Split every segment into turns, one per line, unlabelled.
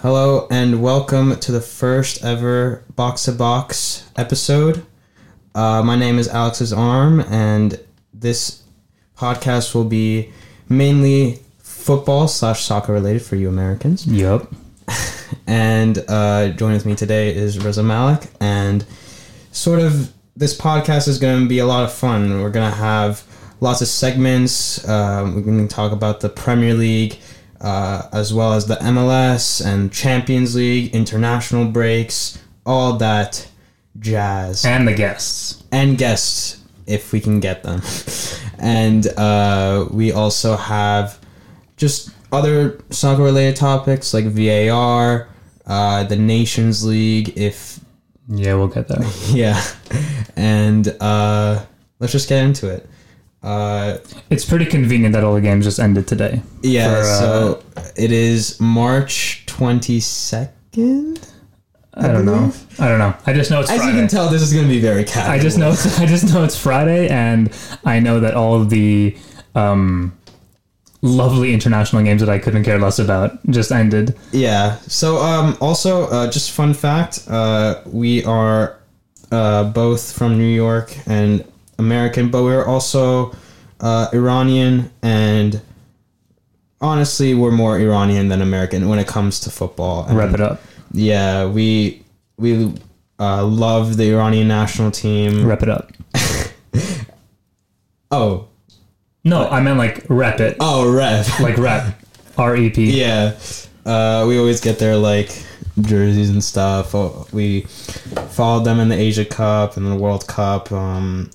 Hello and welcome to the first ever Box to Box episode. Uh, my name is Alex's Arm, and this podcast will be mainly football slash soccer related for you Americans.
Yep.
And uh, joined with me today is Reza Malik. And sort of this podcast is going to be a lot of fun. We're going to have lots of segments. Um, we're going to talk about the Premier League, uh, as well as the MLS and Champions League, international breaks, all that jazz
And the guests.
and guests if we can get them. and uh, we also have just other soccer related topics like VAR, uh, the Nations League, if
Yeah, we'll get there.
yeah. And uh, let's just get into it. Uh,
It's pretty convenient that all the games just ended today.
yeah,
For, uh,
so it is March 22nd.
I, don't know.
believe-
I don't know. I just know it's
As
Friday.
you can tell, this is going to be very casual.
I just know. It's, I just know it's Friday, and I know that all of the um, lovely international games that I couldn't care less about just ended.
Yeah. So, um, also, uh, just fun fact: uh, we are uh, both from New York and American, but we're also uh, Iranian, and honestly, we're more Iranian than American when it comes to football. And,
Wrap it up.
Yeah, we we uh, love the Iranian national team.
Wrap it up.
Oh,
No, I meant like rep it,
oh, Rev.
like rep. R E P.
Yeah, uh, we always get their like jerseys and stuff. Oh, We followed them in the Asia Cup and the World Cup. Um,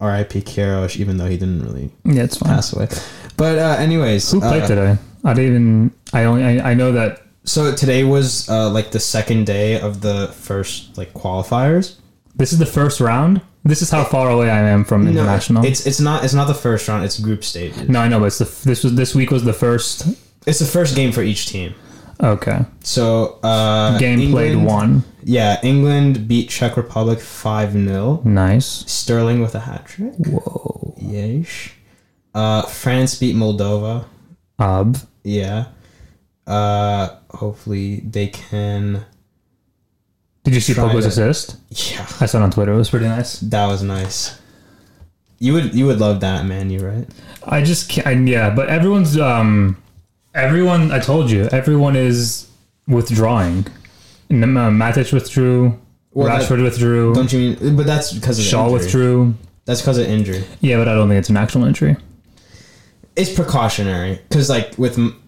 R.I.P. Kirosh, even though he didn't really
Yeah, it's fine.
pass away. But uh, anyways,
Who played
uh,
today? I didn't even. I only. I, I know that.
So today was uh, like the second day of the first like qualifiers.
This is the first round. This is how far away I am from international.
It's it's not it's not the first round. It's group stages.
No, I know, but it's the, f- this was this week was the first.
It's the first game for each team.
Okay,
So uh,
game played
England-
one.
Yeah, England beat Czech Republic five 0
Nice.
Sterling with a hat trick.
Whoa.
Yesh. Uh, France beat Moldova.
Ob.
Yeah. Uh, hopefully they can.
Did you see
Tried
Pogba's
it.
assist?
Yeah,
I saw it on Twitter. It was pretty nice.
that was nice. You would you would love that, man. You right?
I just can't. I- Yeah, but everyone's um, everyone. I told you, everyone is withdrawing. N- uh, Matic withdrew.
Well, that-
Rashford withdrew.
Don't you mean? But that's because of
Shaw
injury.
withdrew.
That's because of injury.
Yeah, but I don't think it's an actual injury.
It's precautionary because like with M-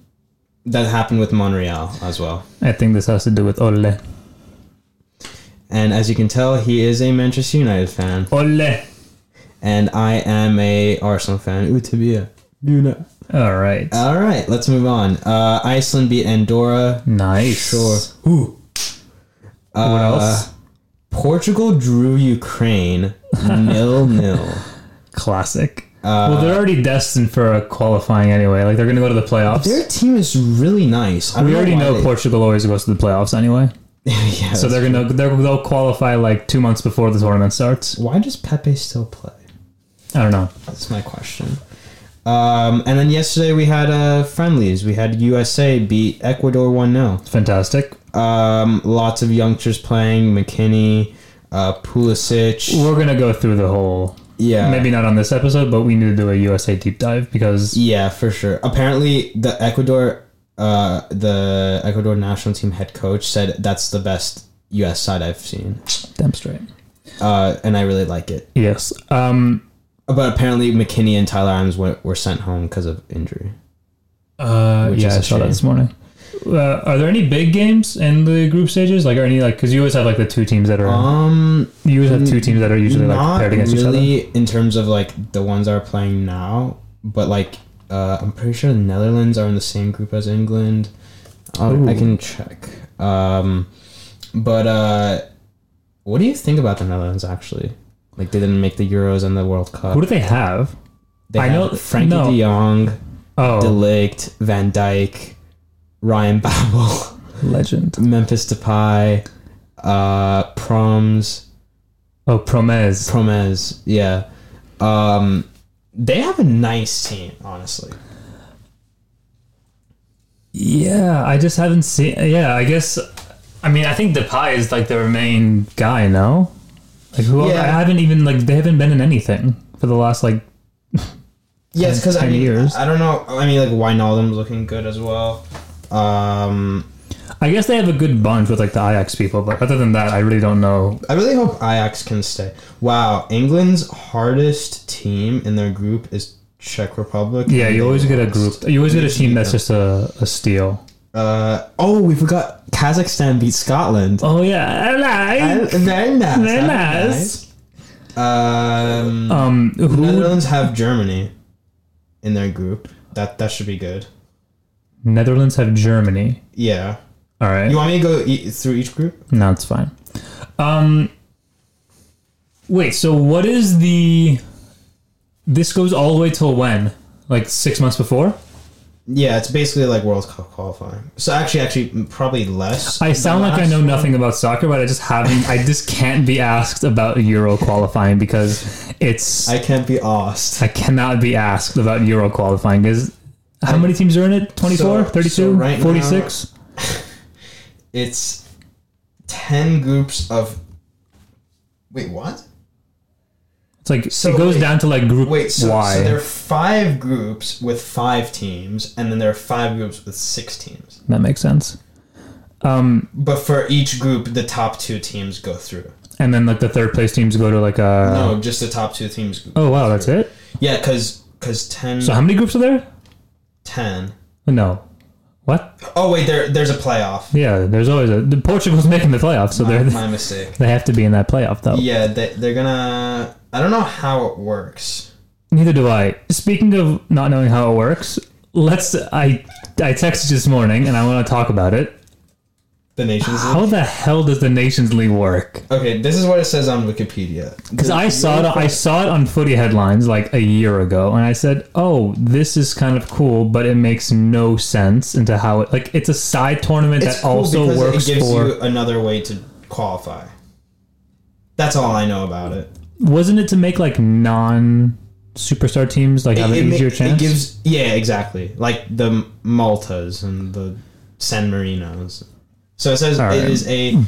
that happened with Monreal as well.
I think this has to do with Ole.
And as you can tell, he is a Manchester United fan,
Ole.
and I am a Arsenal fan. Utabia.
All right.
All right, let's move on. Uh, Iceland beat Andorra.
nice.
Sure. Uh,
What else?
Portugal drew Ukraine nil nil.
Classic.
Uh,
well, they're already destined for a qualifying anyway. Like they're going to go to the playoffs.
Their team is really nice. I don't
we already
why
know
they-
Portugal always goes to the playoffs anyway,
yeah,
so they're going to they're, they'll qualify like two months before the tournament starts.
why does Pepe still play?
I don't know.
That's my question. Um, and then yesterday we had uh, friendlies. We had USA beat Ecuador one 0
Fantastic.
um, Lots of youngsters playing. McKinney, uh, Pulisic.
We're going to go through the whole.
Yeah,
Maybe not on this episode, but we need to do a USA deep dive because
Yeah, for sure. Apparently, the Ecuador, uh, the Ecuador national team head coach said that's the best U.S. side I've seen,
damn straight.
uh, and I really like it.
Yes. Um.
But apparently, McKinney and Tyler Adams were, were sent home because of injury.
Uh.
Which is
yeah, I
a
saw that
shame.
this morning. Uh, are there any big games in the group stages? Like, are any like because you always have like the two teams that are
Um,
you always have two teams that are usually like
not
paired against each other.
really in terms of like the ones that are playing now, but like uh, I'm pretty sure the Netherlands are in the same group as England. I'll, I
Ooh.
can check. Um, but uh, what do you think about the Netherlands actually? Like they didn't make the Euros and the World Cup.
Who do they have?
They
I
have
know-
Frankie
no.
De Jong,
Oh,
De Ligt, Van Dijk, Ryan Babel,
legend.
Memphis Depay, uh, Proms.
Oh, Promes.
Promes, yeah. Um, they have a nice team, honestly.
Yeah, I just haven't seen. Yeah, I guess. I mean, I think Depay is like the main guy. No, like who?
Yeah.
I haven't even like they haven't been in anything for the last like.
Yes, because I
10
mean,
years.
I don't know. I mean, like Wijnaldum's looking good as well. Um,
I guess they have a good bunch with like the Ajax people, but other than that, I really don't know.
I really hope Ajax can stay. Wow, England's hardest team in their group is Czech Republic.
Yeah,
and
you
they
always get a group.
lost.
You always get a team that's just a, a steal.
Uh, oh, we forgot Kazakhstan beat Scotland.
Oh yeah,
Uh,
I
Very nice.
Very
very
nice.
nice. Um,
like. Um, who?
Netherlands have Germany in their group. That that should be good.
Netherlands have Germany.
Yeah.
All right.
You want me to go e- through each group?
No, it's fine. Um, wait. So what is the? This goes all the way till when? Like six months before?
Yeah, it's basically like World Cup qualifying. So actually, actually, m- probably less.
I
than
sound like I
last
know
one.
nothing about soccer, but I just haven't. I just can't be asked about Euro qualifying because it's. I,
I can't be asked.
cannot be asked about Euro qualifying because how many teams are in it? 24,
So-
32,
so right now-
46?
It's ten groups of. Wait, what?
it's like
So
it goes
wait.
down to like group
Wait, so,
Y.
so there are five groups with five teams, and then there are five groups with six teams.
that makes sense. Um,
But for each group, the top two teams go through.
and then like the third place teams go to like a.
No, just the top two teams. go
Oh wow, that's
through.
it.
Yeah, because because ten,
So how many groups are there?
10.
No. What?
Oh wait, there there's a playoff.
Yeah, there's always a the Portugal's making the playoffs, so
My,
they're
my mistake.
they have to be in that playoff though.
Yeah, they, they're gonna. I don't know how it works.
Neither do I. Speaking of not knowing how it works, let's I I texted you this morning and I want to talk about it.
The nations. League.
How the hell does the Nations League work?
Okay, this is what it says on Wikipedia.
Because I saw it, I saw it on Footy headlines like a year ago, and I said, "Oh, this is kind of cool, but it makes no sense into how it like it's a side tournament
It's
that
cool
also
because
works
It gives
for."
you another way to qualify. That's all I know about it.
wasn't it to make like non superstar teams like have
it,
an
ma-
easier chance?
It gives yeah, exactly. Like the Maltas and the San Marinos. So it says
All right. Hmm.
it is a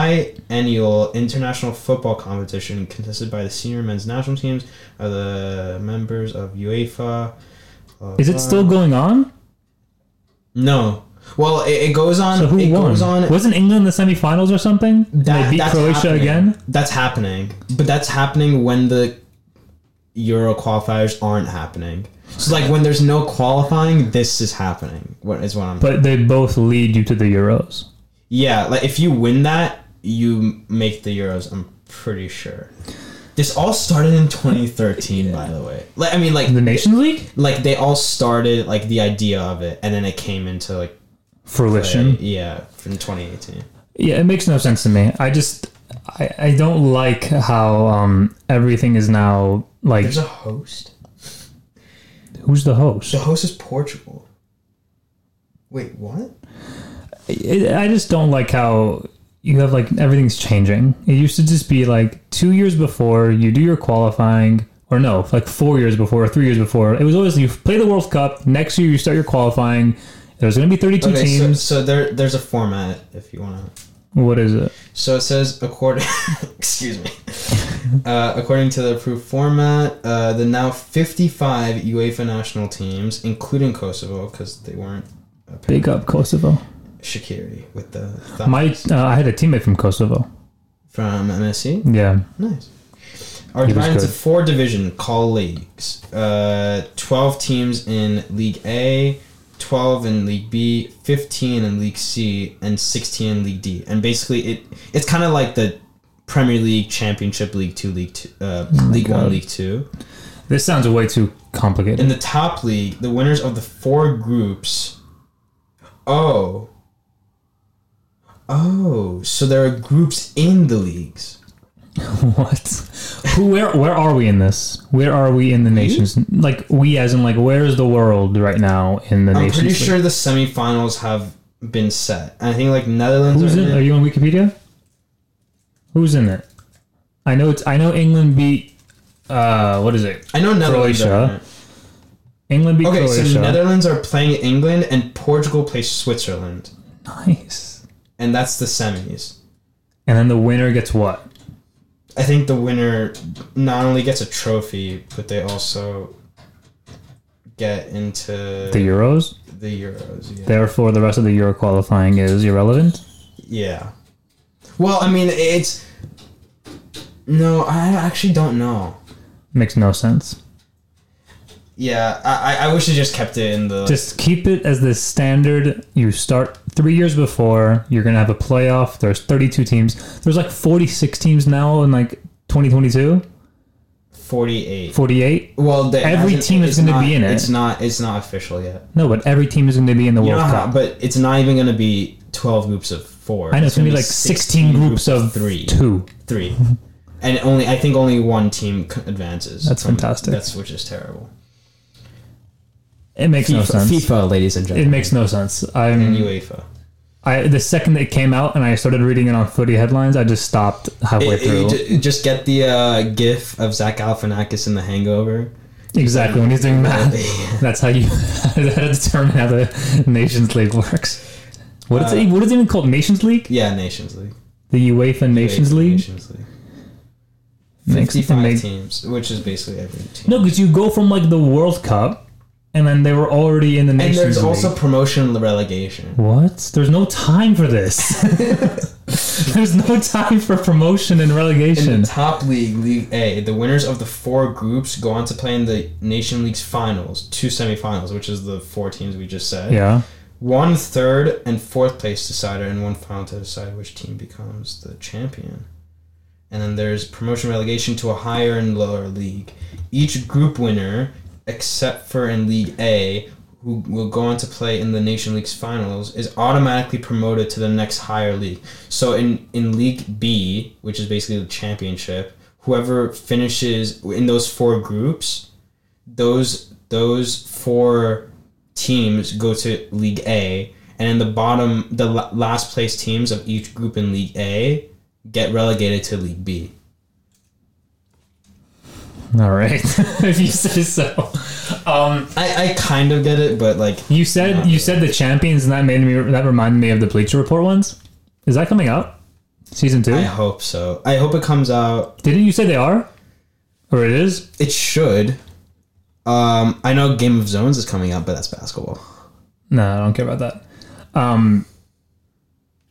biennial international football competition contested by the senior men's national teams of the members of UEFA. blah,
Is it
blah.
still going on?
No. Well, it, it goes on.
So who
it
won?
goes on.
Wasn't England in the semifinals or something? And
That-
they beat
that's
Croatia
happening.
again.
That's happening, but that's happening when the Euro qualifiers aren't happening. So, like when there's no qualifying, this is happening. What is what I'm.
But they both lead you to the Euros.
yeah, like if you win that, you make the Euros. I'm pretty sure. This all started in 2013, by the way. Like I mean, like
The Nations League
like they all started like the idea of it, and then it came into like
fruition.
yeah, from 2018.
Yeah, it makes no sense to me. I just I, I don't like how um, everything is now like
There's a host.
who's the host.
The host is Portugal. Wait, what?
it, I just don't like how you have like everything's changing. It used to just be like two years before you do your qualifying, or no, like four years before, or three years before. It was always you play the World Cup. Next year you start your qualifying. There's going to be 32
Okay, so,
teams.
so there, there's a format if you want to.
what is it?
So it says according, excuse me, uh, according to the approved format, uh, the now 55 UEFA national teams, including Kosovo, because they weren't
Big up Kosovo.
Shakiri with the thumb
My uh, I had a teammate from Kosovo.
from MSC.
Yeah,
Nice. Are
He was
divided into
good.
four division call leagues. Uh, 12 teams in League A, 12 in League B, 15 in League C, and 16 in League D. And basically, it it's kind of like the Premier League, Championship League Two, League Two, uh, League One,
God.
League Two.
this sounds way too complicated.
In the top league, the winners of the four groups. Oh. Oh, so there are groups in the leagues.
what? Who? Where? Where are we in this? Where are we in the nations? Like we, as in like, where is the world right now in the
I'm
nations?
pretty
League?
sure the semifinals have been set. And I think like Netherlands
Who's
are
in?
in
Are
it.
you on Wikipedia? Who's in it? I know it's. I know England beat. Uh, what is it?
I know Netherlands.
Croatia.
Are in it.
England beat
Okay, so
Croatia.
Netherlands are playing England and Portugal plays Switzerland,
nice.
and that's the semis.
And then the winner gets what?
I think the winner not only gets a trophy, but they also get into
The Euros.
the Euros. Yeah.
Therefore, the rest of the Euro qualifying is irrelevant.
Yeah. Well, I mean, it's no, I actually don't know.
Makes no sense.
Yeah, I I- I wish they just kept it in the
Just keep it as the standard. You start three years before. You're gonna have a playoff. There's 32 teams. There's like 46 teams now in like 2022,
forty-eight.
48.
Well, they,
Every
hasn't-
team is
it's
gonna
not-
be in it.
It's not. It's not official yet.
No, but every team is gonna be in the
You know
World
how,
Cup.
but it's not even gonna be twelve groups of four.
I know it's gonna be like 16 groups of
three,
two.
three, and only I think only one team c- advances.
That's fantastic.
That's which is terrible.
It makes no sense.
ladies and
It makes no sense. I'm
and UEFA.
I the second that it came out and I started reading it on footy headlines, I just stopped halfway
It- it-
through.
you ju- just get the uh, GIF of Zach Galifianakis in The Hangover.
exactly when he's doing math. That's how you that determine how the Nations League works. What is it? What is it even called? Nations League?
Yeah, Nations League.
The UEFA Nations
Uh, UEFA
League?
Nations League.
Makes- it
Fifty-five
make-
teams, which is basically every team.
No, because you go from like the World Cup, and then they were already in the
and
Nations
there's
League.
also promotion and relegation.
what? There's no time for this. There's no time for promotion and relegation.
In the top league, League A, the winners of the four groups go on to play in the Nation League's finals, two semifinals, which is the four teams we just said.
yeah.
One third and fourth place decider, and one final to decide which team becomes the champion. And then there's promotion relegation to a higher and lower league. Each group winner, except for in League A, who will go on to play in the Nation League's finals, is automatically promoted to the next higher league. So in, in League B, which is basically the championship, whoever finishes in those four groups, those those four teams go to League A, and in the bottom, the la- last place teams of each group in League A get relegated to League B.
All right, if you say so. Um,
I, I kind of get it, but like
you said you said the champions, and that made me that reminded me of the Bleacher Report ones. Is that coming out? Season two?
I hope so. I hope it comes out.
Didn't you say they are, or it is?
It should. Um, I know Game of Zones is coming out, but that's basketball.
No, I don't care about that. Um,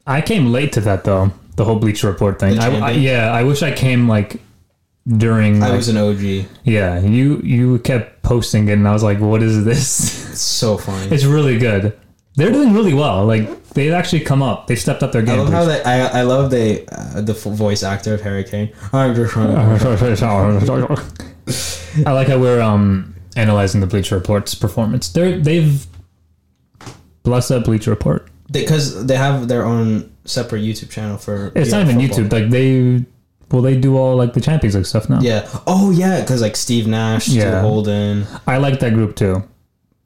I came late to that though. The whole Bleacher Report thing.
The
I, I,
champions?
yeah, I wish I came like during.
I
like-
was an OG.
yeah, you you kept posting it, and I was like, "What is this?"
It's so funny.
It's really good. They're doing really well. Like they've actually come up. They've stepped up their
I
game.
love how they. I, I love they. Uh, the f- voice actor of Harry Kane. I'm just trying to-
I like how we're um analyzing the Bleacher Report's performance. They're they've bless up Bleacher Report.
because they have their own separate YouTube channel for.
It's
yeah,
not even
football.
YouTube. Like they well they do all like the Champions League stuff now.
Yeah. Oh yeah, because like Steve Nash, Stu
Yeah.
Holden.
I like that group too.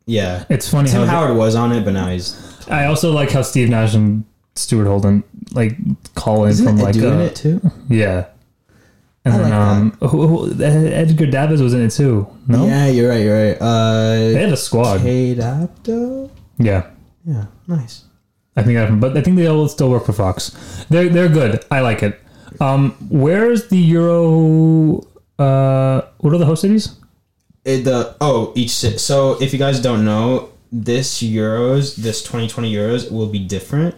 Yeah.
It's funny
Tim
how
Howard was on it, but now he's
I also like how Steve Nash and Stuart Holden like call in from like
doing
uh,
it too.
yeah. And
I
then,
like
um, who, who, Edgar Davids was in it too. No,
Yeah, you're right. You're right.
They
Uh,
had a squad.
Kate Apto.
Yeah.
Yeah, nice.
I think that, but I think they all still work for Fox. They're they're good. I like it. Um, where is the Euro? Uh, what are the host cities?
It, the oh each si- so if you guys don't know this Euros this 2020 Euros will be different.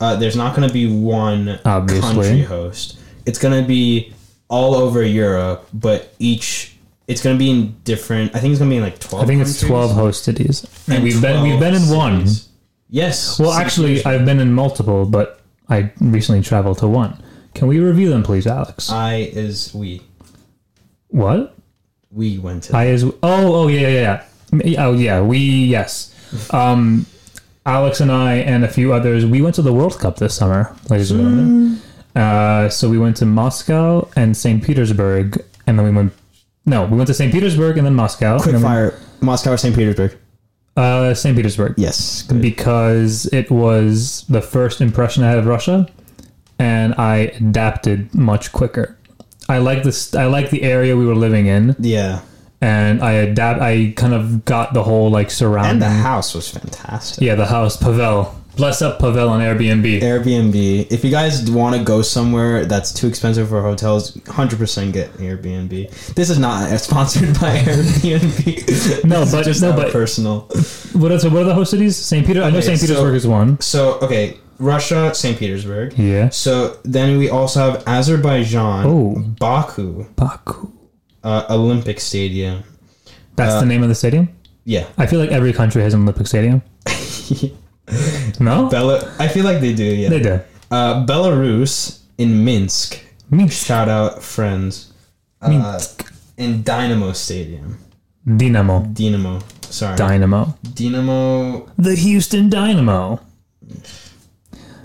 Uh, there's not going to be one
Obviously.
country host. It's going to be all over Europe, but each it's going to be in different. I think it's going to be in like 12.
I think it's
countries.
twelve host cities, and,
And
we've been we've been in
12
one.
cities. Yes.
Well,
Six
actually,
years.
I've been in multiple, but I recently traveled to one. Can we review them, please, Alex?
I is we.
what?
We went to.
I is oh oh yeah yeah yeah oh yeah we yes. Um, Alex and I and a few others we went to the World Cup this summer, ladies and gentlemen. Uh, so we went to Moscow and St. Petersburg, and then we went. No, we went to St. Petersburg and then Moscow. and then we-
fire. Moscow or St. Petersburg?
Uh, St. Petersburg
Yes.
because it was the first impression I had of Russia, and I adapted much quicker. I like this. I like the area we were living in.
yeah.
and I adapt. I kind of got the whole like
And
surrounding.
the house was fantastic.
yeah, the house Pavel. Bless up Pavel on Airbnb.
Airbnb. If you guys want to go somewhere that's too expensive for hotels, 100% get Airbnb. This is not sponsored by Airbnb.
No,
This is
but-
just
no,
our
but-
personal.
What else? What are the host cities? St. Peter. I know
Okay,
St.
so-
Petersburg is one.
So, okay, Russia, St. Petersburg.
Yeah.
So then we also have Azerbaijan,
Oh.
Baku,
Baku.
uh, Olympic Stadium.
That's
Uh,
the name of the stadium.
Yeah.
I feel like every country has an Olympic stadium. no,
Bela- I feel like they do, yeah.
they do.
Uh, Belarus in Minsk.
Minsk.
Shout out friends. Uh, in Dynamo Stadium.
Dynamo.
Dynamo. Sorry.
Dynamo.
Dynamo.
The Houston Dynamo.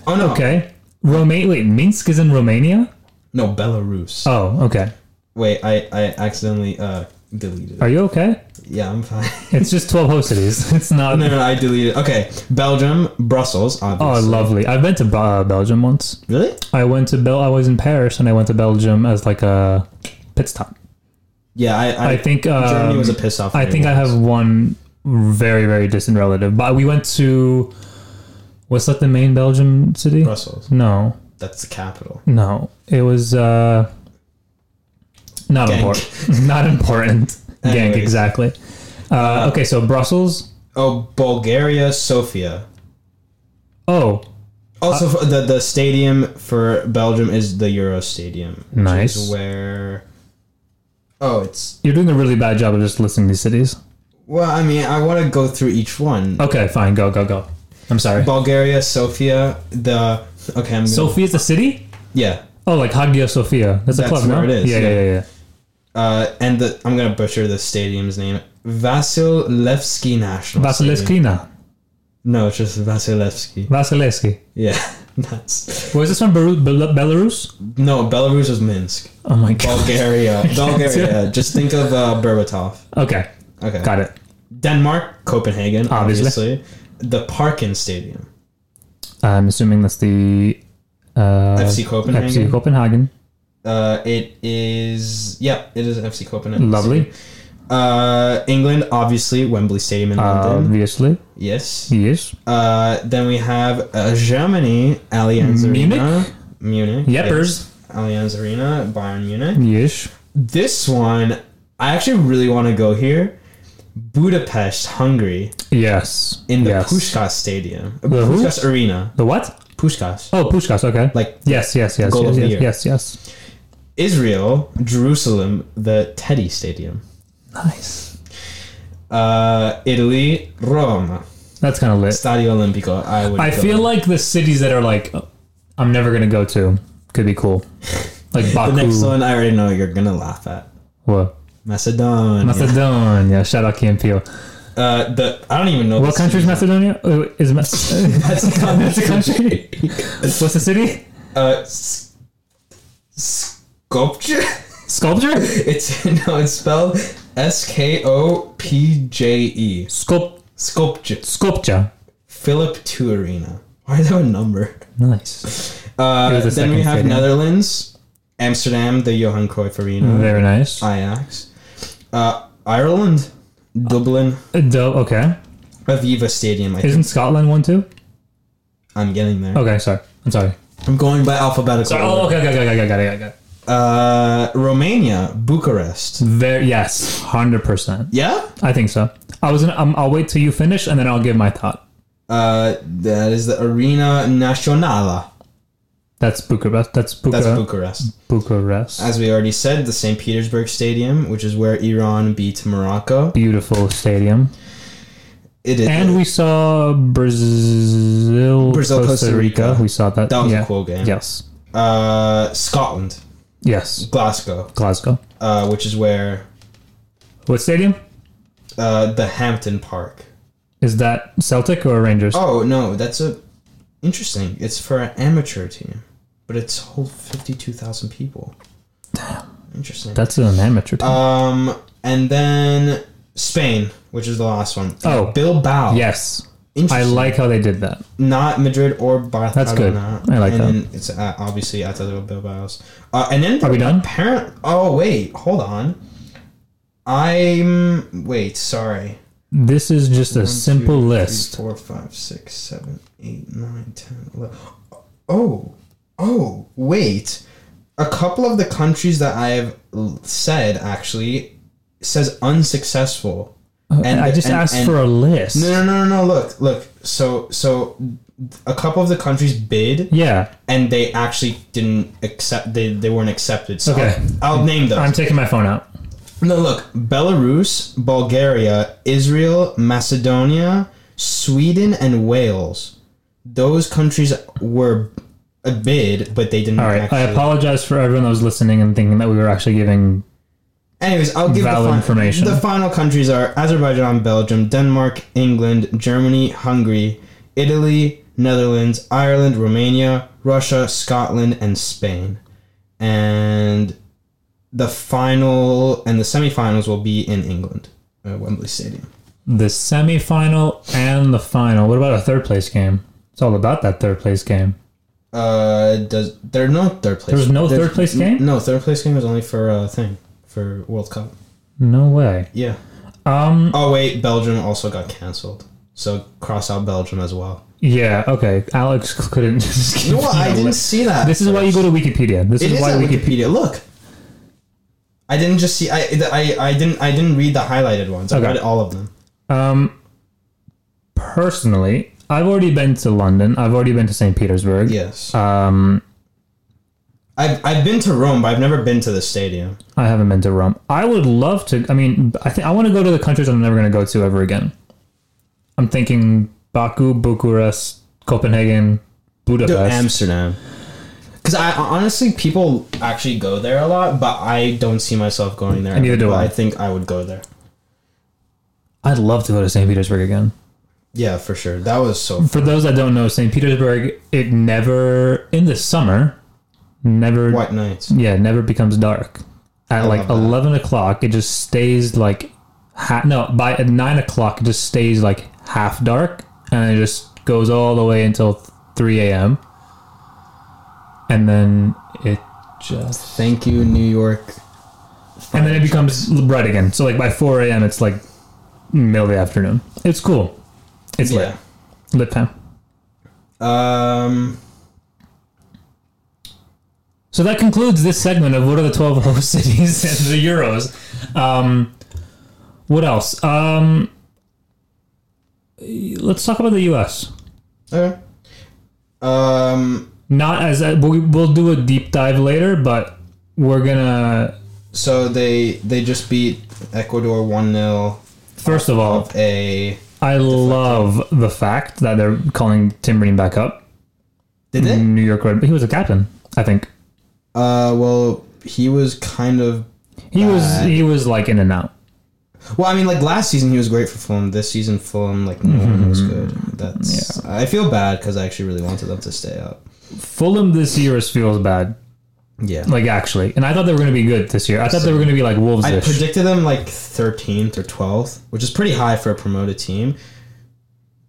Oh no.
Okay. Romania. Wait, Minsk is in Romania.
No, Belarus.
Oh, okay.
Wait, I I accidentally uh deleted. It.
Are you okay?
Yeah, I'm fine.
It's just twelve host cities. It's not.
no, no, I deleted. Okay, Belgium, Brussels,
Oh,
obviously.
lovely. I've been to Ba- uh, Belgium once.
really?
I went to Bel. I was in Paris and I went to Belgium as like a pit stop.
Yeah, I I,
I think um,
Germany was a piss off.
I think I have one very very distant relative, but we went to what's that the main Belgium city?
Brussels.
No,
That's the capital.
no, it was uh, not
Genk.
important. not important. Gank
Anyways.
exactly. Uh, okay, so Brussels.
Oh, Bulgaria, Sofia.
Oh,
Also, f the the stadium for Belgium is the Euro Stadium. Which
Nice.
Is where? Oh, it's
you're doing a really bad job of just listing these cities.
well. I mean, I want to go through each one.
Okay, fine. Go go go. I'm sorry.
Bulgaria, Sofia. The okay, I'm gonna,
Sophia's a city?
yeah.
Oh, like Hagia Sophia. That's a
That's
club, no?
where it is,
Yeah, yeah,
yeah.
yeah, yeah.
Uh, and the I'm gonna butcher the stadium's name. Vasilevsky National. Stadium.
Vasilevskina.
No, it's just Vasilevsky.
Vasilevsky.
Yeah, that's
Was this from Beru- Bel- Belarus?
no. Belarus was Minsk.
Oh my god.
Bulgaria, Bulgaria. just think of uh, Berbatov.
Okay,
Okay.
got it.
Denmark, Copenhagen,
Obviously.
obviously. The Parken Stadium.
I'm assuming that's the uh,
FC Copenhagen.
FC Copenhagen.
Uh, it is. Yep, it is FC Copenhagen.
Lovely.
Uh, England, obviously, Wembley Stadium
Um,
in London.
Obviously,
Yes.
yes.
Uh, then we have uh, Germany, Allianz
Munich?
Arena. Munich.
Yeppers.
yes. Allianz Arena, Bayern Munich.
Yes.
This one, I actually really want to go here. Budapest, Hungary,
Yes.
in the
yes.
Pushkas Stadium.
who?
Pushkas Arena.
The what?
Pushkas.
Oh, Pushkas. Okay.
Like
yes, yes, yes,
Goal
yes,
of the
yes,
year.
yes, yes.
Israel, Jerusalem, the Teddy Stadium.
Nice.
Uh, Italy, Rome,
That's kind of lit.
Stadio Olimpico. I would.
I
go.
feel like the cities that are like I'm never gonna go to could be cool, like
the
Baku.
next one I already know you're gonna laugh at.
What?
Macedonia.
Macedonia. Shout out Campio.
uh, the I don't even know
What
the
country is
city.
Macedonia? Uh, Is Ma- that's
That's a country.
a country? What's the city?
Uh, S- Skopje.
Sculpture?
It's no, it's spelled S K O P J E.
Sculp-
Skopje.
sculpture.
Philip Two Arena. Why is that a number?
Nice.
Uh,
was the
then we
second
have
stadium.
Netherlands, Amsterdam, the Johan Cruyff Arena.
Very nice. Uh,
Ajax. Uh, Ireland, Dublin,
duh, Uh, okay.
Aviva Stadium. I think
Isn't Scotland one too?
I'm getting there.
Okay, sorry. I'm sorry.
I'm going by alphabetical.
Oh,
order.
okay, okay, okay, okay, got it, got it, got it.
Uh, Romania, Bucharest.
Very, yes, 100%.
Yeah,
I think so. I was gonna, um, I'll wait till you finish and then I'll give my thought.
uh, that is the Arena Națională.
That's Bucharest. That's
That's Bucharest.
Bucharest. Bucharest.
As we already said, the St. Petersburg Stadium, which is where Iran beat Morocco.
Beautiful stadium.
It is.
And we saw Brazil,
Brazil, Costa Rica.
We saw that.
that was
yeah.
a cool game.
Yes.
Uh, Scotland,
Yes.
Glasgow,
Glasgow.
uh, which is where
What stadium?
uh, the Hampton Park.
Is that Celtic or Rangers?
Oh no, that's a interesting. It's for an amateur team, but it's whole fifty-two thousand people. Interesting.
That's an amateur team.
um, and then Spain, which is the last one.
Oh.
Bilbao.
yes. I
interesting.
like how they did that.
not Madrid or Barcelona.
good. I like
and
that.
Then it's uh, obviously Atletico Bilbao's. Uh, and then
Are we done?
Apparent. Oh wait, hold on. I'm wait, sorry.
This is just a
One,
simple
two, three,
list.
four, five, six, seven, eight, nine, 10, 11. Oh, oh, wait. A couple of the countries that I have l- said actually says unsuccessful.
Oh, and I just
and-
asked
and-
for a list.
No, no, no, no, no. Look, look. So, so a couple of the countries bid
Yeah,
and they actually didn't accept. They, they weren't accepted. So
Okay.
I'll, I'll name them.
I'm taking my phone out.
No, look, Belarus, Bulgaria, Israel, Macedonia, Sweden, and Wales. Those countries were a bid, but they didn't
All right,
actually.
I apologize for everyone that was listening and thinking that we were actually giving.
Anyways, I'll give
Valid
the fin-
information.
The final countries are Azerbaijan, Belgium, Denmark, England, Germany, Hungary, Italy, Netherlands, Ireland, Romania, Russia, Scotland, and Spain. And the final and the semifinals will be in England, uh, Wembley Stadium.
the semifinal and the final. What about a third place game? It's all about that third place game.
Uh, does there are no third place?
There's no third place game?
No, third place game is only for uh, thing for World Cup.
No way.
Yeah.
Um.
Oh wait, Belgium also got canceled. So cross out Belgium as well.
Yeah. Okay. Alex couldn't. Just give
No,
me
I
a
didn't
list.
see that.
This is why you go to Wikipedia. This
It
is,
is
why
on
Wikipedia.
Wikipedia. Look, I didn't just see. I, I I didn't I didn't read the highlighted ones.
Okay.
I read all of them.
Um, personally, I've already been to London. I've already been to St. Petersburg.
Yes.
Um,
I've I've been to Rome, but I've never been to the stadium.
I haven't been to Rome. I would love to. I mean, I think I want to go to the countries I'm never going to go to ever again. I'm thinking Baku, Bucharest, Copenhagen,
to
Budapest.
Amsterdam. Because I honestly, people actually go there a lot, but I don't see myself going there.
Neither do
But
I.
I think I would go there.
I'd love to go to St. Petersburg again.
Yeah, for sure. That was so.
For those that don't know, St. Petersburg, it never in the summer, never
White nights.
Yeah, it never becomes dark. At like
love that.
eleven o'clock, it just stays like ha- no. By at nine o'clock, it just stays like half dark, and it just goes all the way until three a.m. And then it just
Thank you, New York.
and then it becomes bright again. So like by four a.m., it's like middle of the afternoon. It's cool. It's
Yeah.
lit. Lit time.
Um.
So that concludes this segment of what are the 12 host cities and the Euros. Um, what else? Um, let's talk about the U.S.
Okay. Um.
Not as a, we- we'll do a deep dive later, but we're gonna
So they they just beat Ecuador one 0
first of all,
of a.
I love the fact that they're calling Tim Ream back up.
Did they?
New York Red. He was a captain, I think. Mm-hmm.
Uh. Well, he was kind of.
He was
Bad.
he was like in and out.
Well, I mean, like last season he was great for Fulham. This season Fulham, like no one
Mm-hmm.
was good. That's. I feel bad because I actually really wanted them to stay up.
Fulham this year is feels bad,
Yeah.
like actually, and I thought they were gonna be good this year. I thought they were gonna be like Wolves.
I predicted them like 13th or 12th, which is pretty high for a promoted team.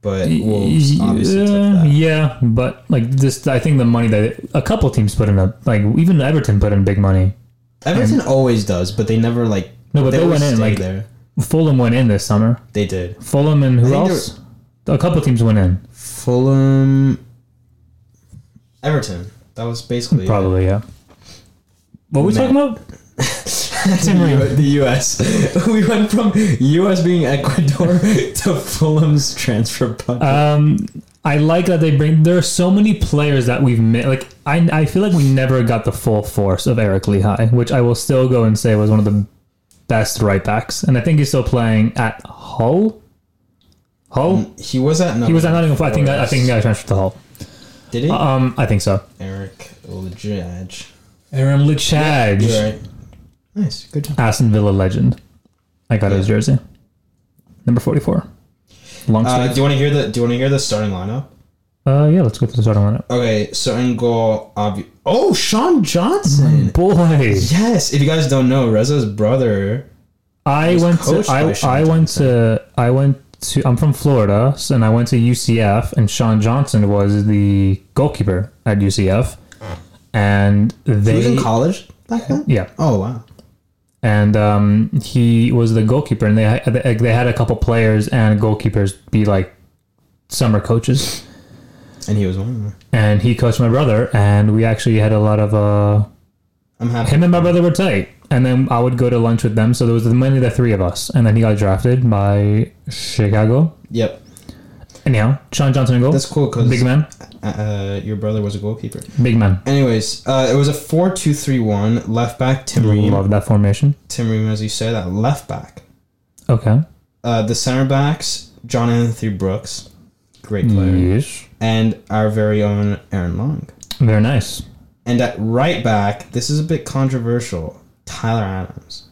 But Wolves obviously took
yeah,
that.
uh, yeah, but like this, I think the money that a couple teams put in, a, like even Everton put in big money.
Everton always does, but they never like.
No, but they
always
went in,
stay
like-
there.
Fulham went in this summer.
They did.
Fulham and who
think they
else? A couple teams went in,
Fulham, Everton. That was basically it.
probably. Yeah. What were we
Man.
talking about? Tim
The
Ream.
U- the U.S. we went from U.S. being Ecuador to Fulham's
Uh,
transfer budget.
Um, I like that they bring. There are so many players that we've met. Like I, I feel like we never got the full force of Eric Lehigh, which I will still go and say was one of the best right backs, and I think he's still playing at Hull. Hull.
he was at.
He was at Nottingham. Forest. I think. I think he got transferred to Hull.
Did he?
Um, I think so.
Eric Lajaj.
Aaron Lichaj,
You're right. Nice. Good job.
Aston Villa legend. I got his jersey, number forty-four. Long
Uh, do
sleeve.
you want to hear the Do you want to hear the starting lineup?
Uh, yeah, let's go to the starting lineup.
Okay, so in goal, obvi- oh Sean Johnson.
Boy,
Yes, if you guys don't know, Reza's brother.
I went to
coached by
I,
Sean
I went to I went to I'm from Florida, so- and I went to UCF, and Sean Johnson was the goalkeeper at UCF, and
He was
they
in college back then.
yeah,
Oh wow.
and um, he was the goalkeeper, and they had- they had a couple players and goalkeepers be like summer coaches,
and he was one. of them.
and he coached my brother, and we actually had a lot of uh,
I'm happy.
him and my brother were tight. And then I would go to lunch with them, so there was mainly the three of us. And then he got drafted by Chicago.
Yep,
Anyhow, Sean Johnson in goal.
that's cool because
Big man,
uh, your brother was a goalkeeper.
big man.
Anyways, uh, it was a four-two-three-one left back Tim Ream.
Love that formation.
Tim Ream, as you say, that left back.
Okay.
Uh, the center backs John Anthony Brooks,
Mm.
great player,
Yes.
and our very own Aaron Long.
Very nice.
And at right back, this is a bit controversial. Tyler Adams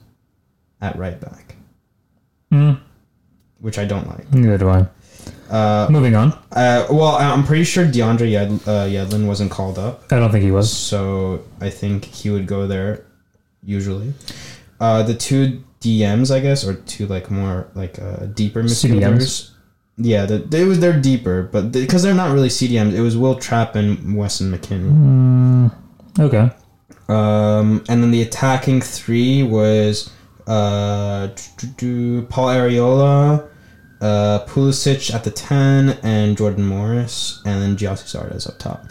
at right back,
Mm,
which I don't like.
neither do I.
Uh,
Moving on.
uh, well, I- I'm pretty sure DeAndre Yed- uh, Yedlin wasn't called up,
I don't think he was.
so I think he would go there usually. Uh, the two DMs, I guess, or two like more like uh, deeper midfielders. Yeah, the, they was they're deeper, but because they, are not really CDMs, it was Will Trapp and Weston McKinney.
Mm, okay.
Um, and then the attacking three was uh, d- d- d- Paul Areola, uh, Pulisic at the 10, and Jordan Morris, and then Giassi Zardes up top.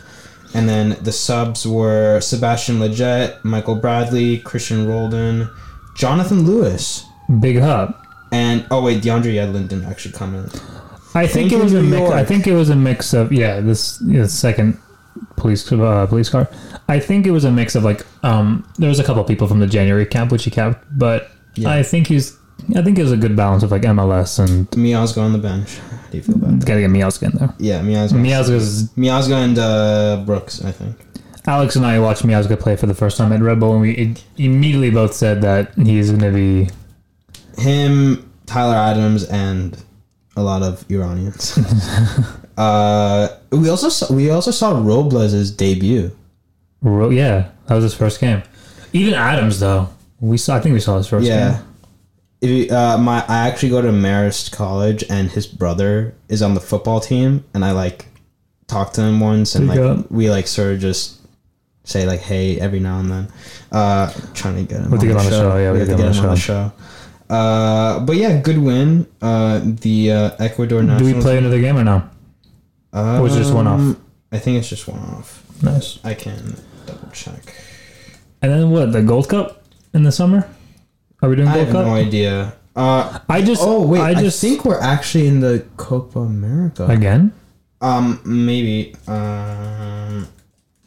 And then the subs were Sebastian Leggett, Michael Bradley, Christian Roldan, Jonathan Lewis,
Big hub.
and oh wait, DeAndre Edlin didn't actually come in.
I think
Thank
it was
you,
a
New
mix. I
York.
think it was a mix of yeah. This yeah, second police uh, police car. I think it was a mix of like um. There was a couple people from the January camp which he kept, but
Yeah.
I think he's. I think it was a good balance of like MLS and
Miazga on the bench. How do you feel about that?
gotta get Miazga in there.
Yeah, Miazga.
Miazga's
Miazga and uh, Brooks, I think.
Alex and I watched Miazga play for the first time at Red Bull, and we i- immediately both said that he's going to be
him, Tyler Adams, and a lot of Iranians. uh, we also saw, we also saw Robles' debut.
Ro- yeah. That was his first game. Even Adams though, we saw. I think we saw his first
yeah.
game.
If you- uh, my I actually go to Marist College, and his brother is on the football team, and I like talked to him once, and
There you
like we like sort of just say like hey every now and then, uh, trying to get him.
have to get on the show, yeah,
we, have to get him on the show. Uh, but yeah, good win. Uh, the uh, Ecuador
Do
national.
we play another game or no?
Um,
was it just one off?
I think it's just one off.
Nice.
I can double check.
And then what? The Gold Cup in the summer? Are we doing
I
Gold
have
Cup?
no idea. Uh,
I just.
oh wait,
I
I,
just
think we're actually in the Copa America.
again.
um, maybe. Um,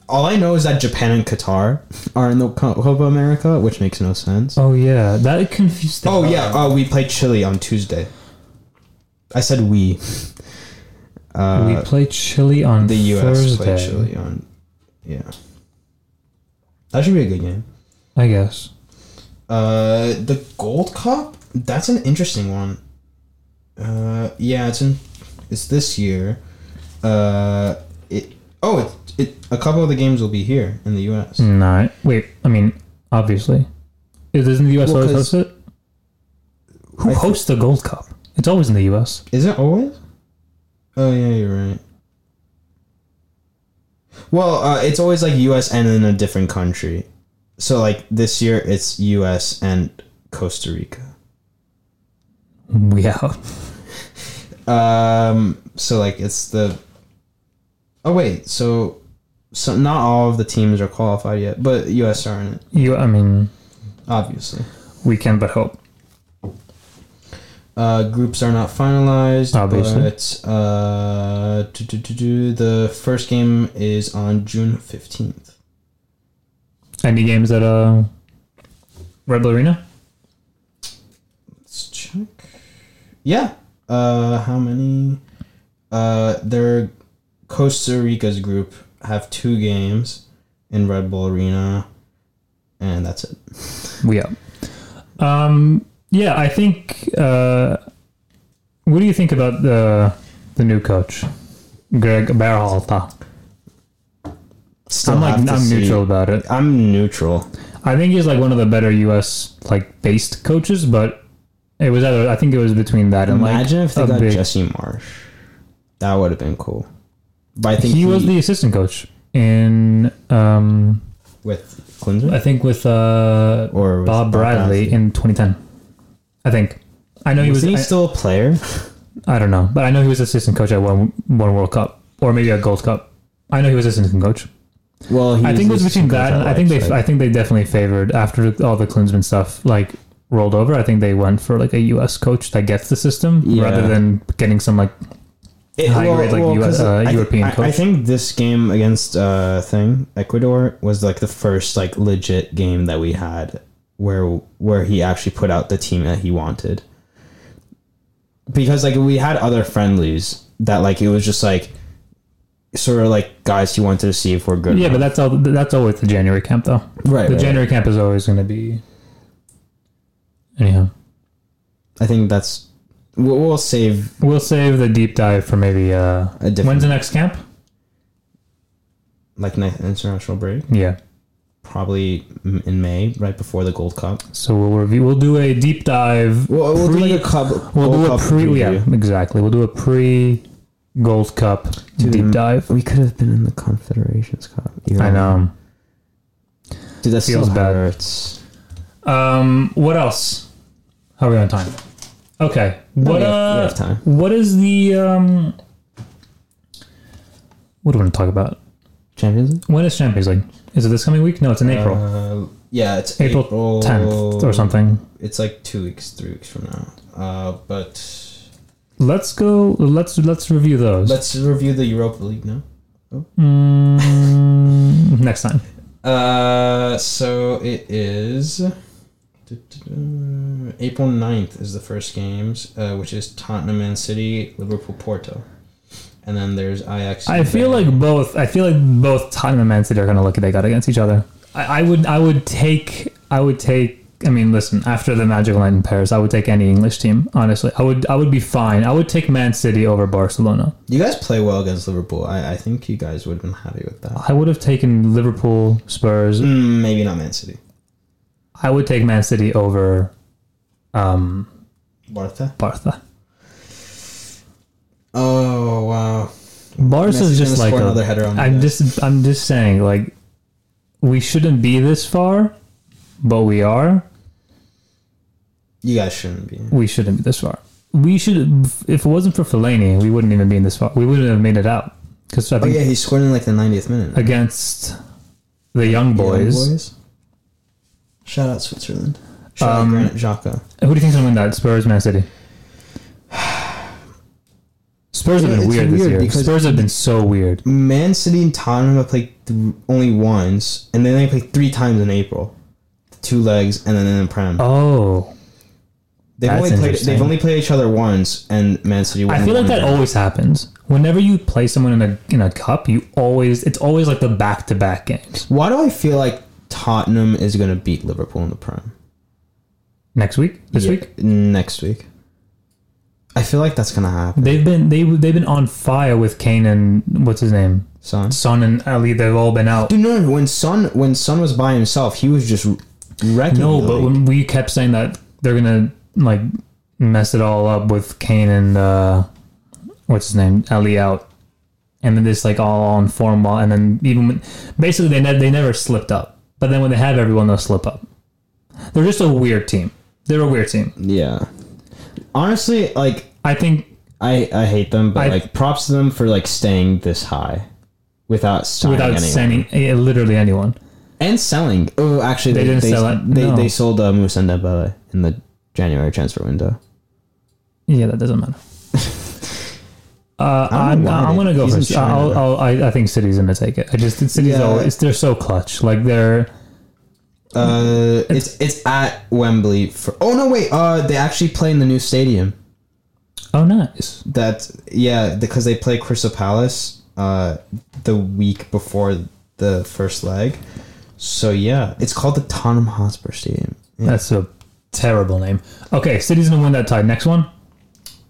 all I know is that Japan and Qatar are in the Co- Copa America, which makes no sense.
Oh yeah, that confused. the
Oh
hell
yeah,
out
uh, we play Chile on Tuesday. I said we.
of
Uh,
me. we play Chile on
the U.S.
Thursday.
played Chile on. Yeah, that should be a good game.
I guess.
Uh, the Gold Cup. That's an interesting one. Uh, yeah, it's in. It's this year. Uh, it. Oh, it. It. A couple of the games will be here in the U.S.
No. Wait. I mean, obviously, Is- doesn't the U.S.
Well,
always
'cause-
host it? Who
I thi-
hosts the Gold Cup? It's always in the U.S.
Is it always? Oh yeah, you're right. Well, uh, it's always like U.S. and in a different country. So like this year, it's U.S. and Costa Rica.
We out.
Um. So like it's the. Oh wait. So, so not all of the teams are qualified yet, but U.S. are in it,
You. I mean,
obviously.
we can but hope.
Uh, groups are not finalized.
Obviously.
But, uh, do, do, do, do, the first game is on June fifteenth.
Any games at uh, Red Bull Arena?
Let's check. Yeah. Uh, how many? Uh, their Costa Rica's group have two games in Red Bull Arena, and that's it.
We out. Um. Yeah. I think. Uh, what do you think about the the new coach, Greg Berhalter?
Still
I'm like
have to
I'm
see.
neutral about it.
I'm neutral.
I think he's like one of the better U.S. like based coaches, but it was either I think it was between that and
Imagine
like
if they
a
got
big-
Jesse Marsh. That would have been cool. But I think
he was the assistant coach in um
with Klinsman
I think with uh,
or was
Bob
it
Bradley in 2010. I think. I know he was.
Isn't he
I-
still a player?
I don't know, but I know he was assistant coach at one one World Cup or maybe a Gold Cup. I know he was assistant coach.
Well, he
I think it was between that. And I think they.
so
I think they definitely favored after all the Klinsman stuff like rolled over. I think they went for like a U.S. coach that gets the system
Yeah.
rather than getting some like
It-
high grade, like, US,
'cause
uh,
I thi-
European
I, I
coach.
think this game against uh thing Ecuador was like the first like legit game that we had where where he actually put out the team that he wanted. Because like we had other friendlies that like it was just like sort of like guys he wanted to see if we're good.
yeah, but
enough.
that's all. That's always the January camp though.
right.
The
right,
January camp is always going to be. Anyhow,
right. I think that's we'll, we'll save
we'll save the deep dive for maybe. Uh,
a
when's
different
the next camp?
like an international break
Yeah.
probably m- in May right before the Gold Cup.
So we'll review. We'll do a deep dive.
We'll, we'll do
pre-
like a cup.
We'll
Gold
do a
Cup
pre.
preview.
Yeah, exactly. We'll do a pre Gold Cup
Dude,
deep dive.
We could have been in the Confederations Cup. You
I know.
Dude, that
Feels
still
bad.
hurts.
Um, what else? How are we on time? Okay.
No,
What
we have- we
uh?
have time.
What is the um? What do we want to talk about?
Champions League?
When is Champions League? Is it this coming week? No, it's in April.
Uh, yeah, it's
April
April,
10th or something.
It's like two weeks, three weeks from now. Uh, but
Let's go. Let's let's review those
let's review the Europa League now.
mm, next time.
Uh, so it is April 9th is the first games, uh, which is Tottenham Man City, Liverpool Porto. And then there's Ajax.
I feel like both. I feel like both Tottenham and Man City are going to look like that against each other. I, I would. I would take. I would take. I mean, listen. After the magical night in Paris, I would take any English team. Honestly, I would. I would be fine. I would take Man City over Barcelona.
You guys play well against Liverpool. I, I think you guys would have been happy with that.
I would have taken Liverpool, Spurs.
Mm, maybe not Man City.
I would take Man City over um,
Barca.
Barca.
Oh wow!
Barca's
Messi's
just
gonna
like
score
a-
another header on the
I'm
net.
just. I'm just saying, like, we shouldn't be this far, but we are.
You guys shouldn't be.
we shouldn't be this far. We should, if it wasn't for Fellaini, we wouldn't even be in this far. We wouldn't have made it out because I
Oh
think
yeah, he scored in like the 90th minute.
against the young boys,
Young boys. Shout out Switzerland. Shout
Um,
out Granit Xhaka.
who do you think's gonna win that? Spurs, Man City. Spurs have
Yeah,
been
it's
weird,
weird
this year.
because-
Spurs have been so weird.
Man City and Tottenham have played th- only once, and then they played three times in April. Two legs, and then in the Prem.
Oh,
they've
that's
only played.
interesting.
They've only played each other once, and Man City. Won
I feel like
one
that
game.
always happens. Whenever you play someone in a in a cup, you always it's always like the back to back games.
Why do I feel like Tottenham is going to beat Liverpool in the Prem?
Next week, this
Yeah,
week,
Next week. I feel like that's gonna happen.
they've been they they've been on fire with Kane and what's his name,
Son.
Son and Ali. They've all been out.
Dude, no, no, when Son when Son was by himself, he was just wrecking.
No,
the
but
league.
when we kept saying that they're gonna like mess it all up with Kane and uh, what's his name, Ali out, and then this like all on form while, and then even when, basically they ne- they never slipped up. But then when they have everyone, they'll slip up. They're just a weird team. They're a weird team.
yeah, honestly, like
I think
I I hate them, but
I-
like props to them for like staying this high without signing
without
anyone.
signing eh, literally anyone.
and selling. Oh, actually, they,
didn't
they,
sell it,
They
no.
they sold uh, Musa Dembele in the January transfer window.
Yeah, that doesn't matter. Uh,
I don't
I'm,
know why
I'm
they-
gonna go
he's in
first.
China,
I'll,
though.
I'll, I, I think City's gonna take it. I just City's
Yeah.
always they're so clutch. Like they're
Uh, it's it's at Wembley for. Oh no, wait. Uh, they actually play in the new stadium.
oh nice.
That yeah, because they play Crystal Palace uh the week before the first leg. So yeah, it's called the Tottenham Hotspur Stadium. Yeah.
That's a terrible name. Okay, City's gonna win that tie. Next one.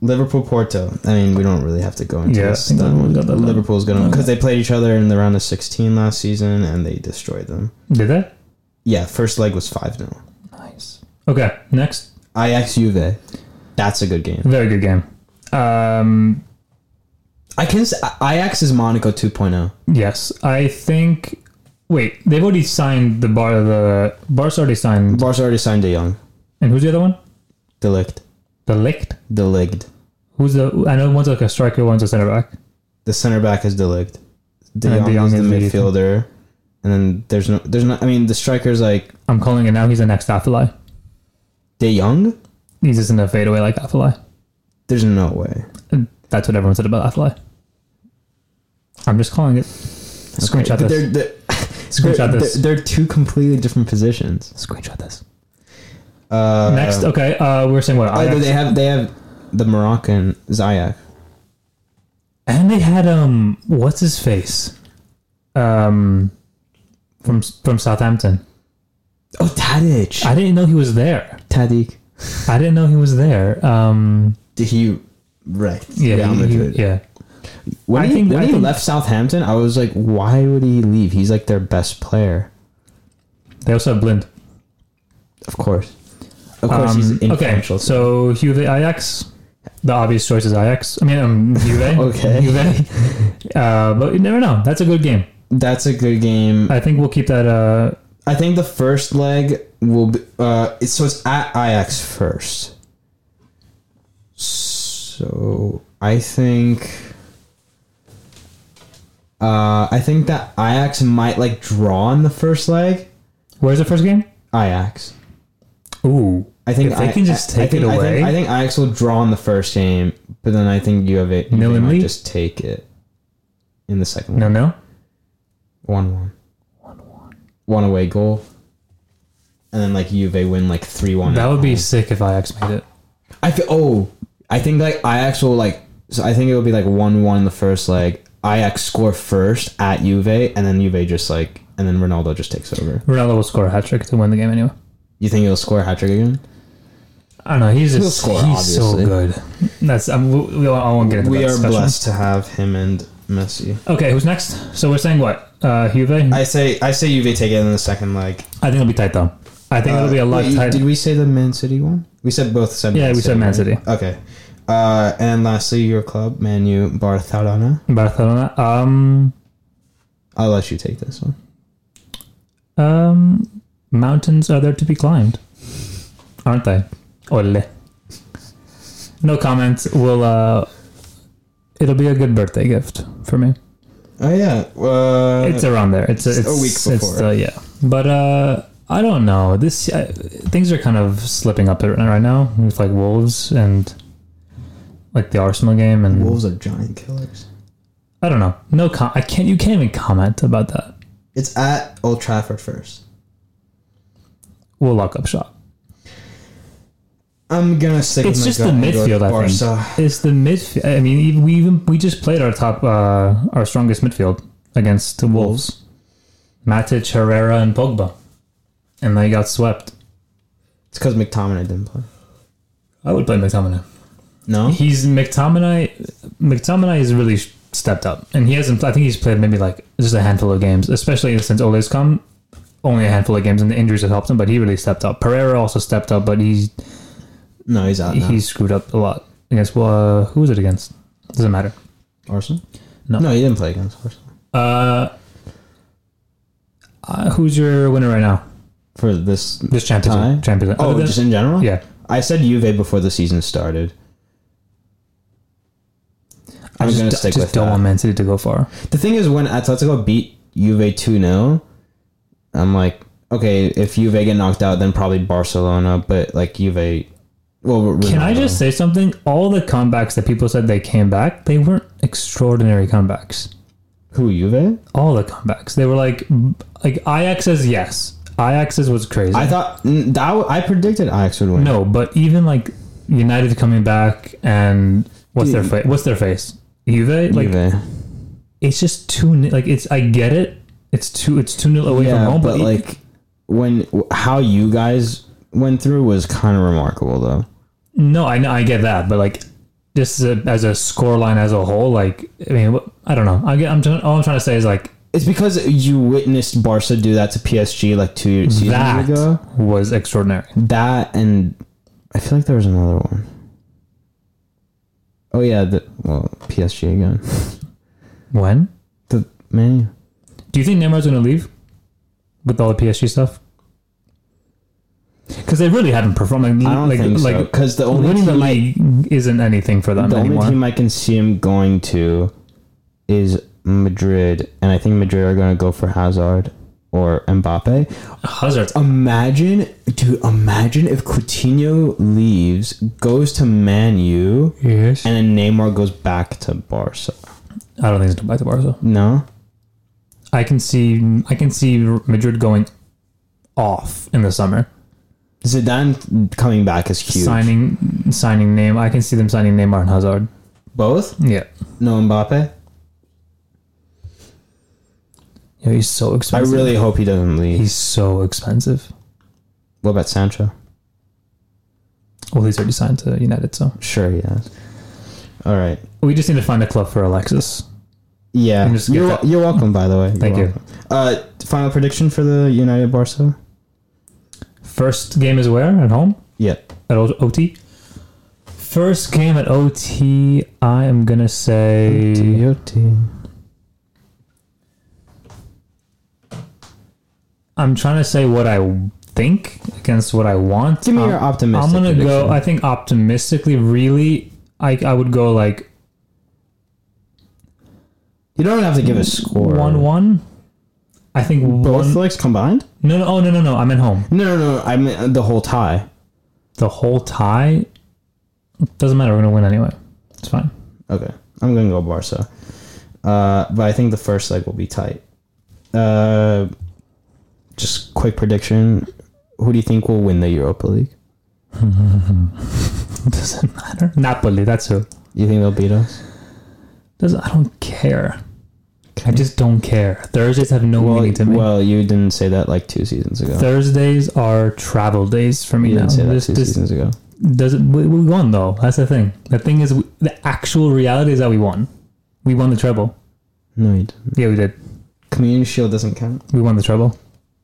Liverpool Porto. I mean, we don't really have to go into
Yeah, I
this.
think everyone's got that.
Liverpool's gonna because they played each other in the round of sixteen last season and they destroyed them.
Did they?
Yeah, first leg was five 0
Nice. Okay, next.
Ajax Juve. That's a good game.
Very good game. Um,
I can s- Ajax is Monaco 2.0.
yes, I think Wait, they've already signed the bar. The Barca already signed,
Barca already signed De Jong.
and who's the other one?
Delict.
The Licht.
Delict.
Who's the? I know one's like a striker, one's a center back.
The center back is Delict. De
And
Jong,
De Jong
is the
is the-
midfielder. And then there's no, there's not. I mean, the striker's like
I'm calling it now. He's the next Athalai.
De Jong.
He's just in a fadeaway like Athalai.
There's no way.
And That's what everyone said about Athalai. I'm just calling it. Screenshot
But
this.
They're, they're,
Screenshot
they're-
this.
They're two completely different positions.
Screenshot this.
Uh,
Next, okay. Uh, we're saying what?
Oh,
Ajax?
they have they have the Moroccan Zayak.
and they had um, what's his face, um, from from Southampton.
Oh, Tadic.
I didn't know he was there.
Tadic.
I didn't know he was there. Um,
He wrecked.
yeah,
Real
he- he-
Madrid.
yeah.
When,
I
he,
think-
when
I
he
think-
left Southampton, I was like, why would he leave? He's like their best player.
They also have Blind.
Of course. Of course, he's
Um, okay,
influential.
so Juve Ajax. The obvious choice is Ajax. I mean, um, Juve.
Okay.
Juve. Uh, but you never know. That's a good game.
That's a good game.
I think we'll keep that. Uh,
I think the first leg will be. Uh, it's, so it's at Ajax first. So I think. Uh, I think that Ajax might like draw in the first leg.
where's the first game?
Ajax.
Ooh.
I think
If they
I-
can just
I- I
take
think-
it
I think,
away.
I think Ajax will draw in the first game, but then I think you have it. You
Milan
might
lead?
just take it in the second
No,
one.
no.
One one. One away goal. And then like Juve win like three one.
That would be sick if Ajax made it.
I feel oh I think like Ajax will like so I think it will be like one one in the first leg. Ajax score first at Juve and then Juve just like and then Ronaldo just takes over.
Ronaldo will score a hat trick to win the game anyway.
You think he'll score a hat trick again?
I don't know. He's
He'll
just
score,
he's so
obviously.
good. That's um, we, we, I won't get into
We
that
are
discussion.
blessed to have him and Messi.
Okay, who's next? So we're saying what? Uh, Juve. I,
I say I say Juve take it in the second leg.
think it'll be tight though. I think it'll be a lot
Wait,
tight.
Did we say the Man City one? We said both said
Yeah, we said Man City.
right? Okay. Uh, and lastly, your club, Man U, Barcelona.
Barcelona. Um,
I'll let you take this one.
um, mountains are there to be climbed, aren't they? Ole. No comments. We'll. Uh, it'll be a good birthday gift for me.
Oh yeah, uh,
it's around there. It's, it's
a week
It's,
before.
uh, yeah, but uh, I don't know. This uh, things are kind of slipping up right right now with like Wolves and like the Arsenal game, and
Wolves are giant killers.
I don't know. No, com- I can't. You can't even comment about that.
It's at Old Trafford first.
We'll lock up shop.
I'm gonna stick.
It's
with
just
my
the
gut and go with
midfield. I think
Barca.
it's the midfield. I mean, even, we even we just played our top, uh, our strongest midfield against the Wolves. Matic, Herrera, and Pogba, and they got swept.
It's because McTominay didn't play.
I would play McTominay.
No,
He's McTominay. McTominay has really sh- stepped up, and he hasn't. I think he's played maybe like just a handful of games, especially since Ole's come. Only a handful of games, and the injuries have helped him. But he really stepped up. Pereira also stepped up, but he's
no, he's out now.
he screwed up a lot against. Well, uh, who was it against? Doesn't matter.
Arsenal.
No.
no, he didn't play against Arsenal
Uh, uh, who's your winner right now?
for this.
Just Champions
Tie?
League. Champions League.
Oh,
Other than-
just in general.
yeah.
I said Juve before the season started.
I
I'm
just,
gonna stick
I just
with
don't
that.
want Man City to go far.
The thing is, when Atletico beat Juve 2 0, I'm like, okay, if Juve get knocked out, then probably Barcelona, but like Juve. Well, Ronaldo.
Can I just say something? All the comebacks that people said they came back, they weren't extraordinary comebacks.
Who, Juve?
All the comebacks, they were like, like Ajax's yes, Ajax's was crazy.
I thought. mm, That, w- I predicted Ajax would win.
no, but even like United coming back and what's
Dude.
their fa- what's their face? Juve, like
Juve.
it's just too ni- like it's. I get it. It's too it's too nil away
yeah,
from home,
but
but, like
like, when. How you guys went through was kind of remarkable, though.
no, I know I get that, but like just as a, as a score line as a whole, like I mean, what- I don't know. I get, I'm trying, all I'm trying to say is like
It's because you witnessed Barca do that to PSG like two years seasons
that
ago.
was extraordinary.
That and I feel like there was another one. Oh yeah, the well PSG again.
When
The man,
do you think Neymar's going to leave? with all the PSG stuff? Because they really haven't performed. Like,
I don't
like,
think so.
like
Because the only
winning the
team I-
league isn't anything for them
the
anymore.
only team I can see him going to is Madrid, and I think Madrid are going to go for Hazard or Mbappe.
Hazard.
Imagine, dude, imagine if Coutinho leaves, goes to Man U,
Yes.
and then Neymar goes back to Barca.
I don't think it's going back to Barca.
No?
I can see I can see Madrid going off in the summer,
Zidane coming back is huge.
signing signing name. I can see them signing Neymar and Hazard.
Both?
Yeah,
No Mbappe?
yeah he's so
I
expensive.
really hope he doesn't leave.
he's so expensive.
What about Sancho?
Well, he's already signed to United, so
Sure, he does. All right.
we just need to find a club for Alexis.
Yeah.
I'm just
You're,
gonna-
you're welcome, by the way. You're
Thank you.
welcome. Uh, final prediction for the United Barca?
First game is where at home
Yeah.
at O- OT. First game at OT. I am gonna say. I'm trying to say what I think against what I want.
Give me
Um,
your optimistic.
I'm gonna go.
prediction.
I think optimistically, really, I I would go like
you don't have to give a score.
one one. I think
Both
one.
legs combined?
No, no, oh no, no, no. I'm at home.
No, no, no. I mean uh, the whole tie.
The whole tie doesn't matter. We're gonna win anyway. It's fine.
Okay, I'm gonna go Barca, uh, but I think the first leg will be tight. Uh, just quick prediction: Who do you think will win the Europa League?
doesn't matter. Napoli. That's who.
You think they'll beat us?
Doesn't. I don't care. I just don't care. Thursdays have no
Well,
meaning to me.
well, you didn't say that like two seasons ago.
Thursdays are travel days for me
you
now.
didn't say that
This,
two
this
seasons ago.
doesn't. We, we won though. That's the thing. The thing is, we, the actual reality is that we won. We won the treble.
No, you didn't.
Yeah, we did.
Community Shield doesn't count.
We won the treble.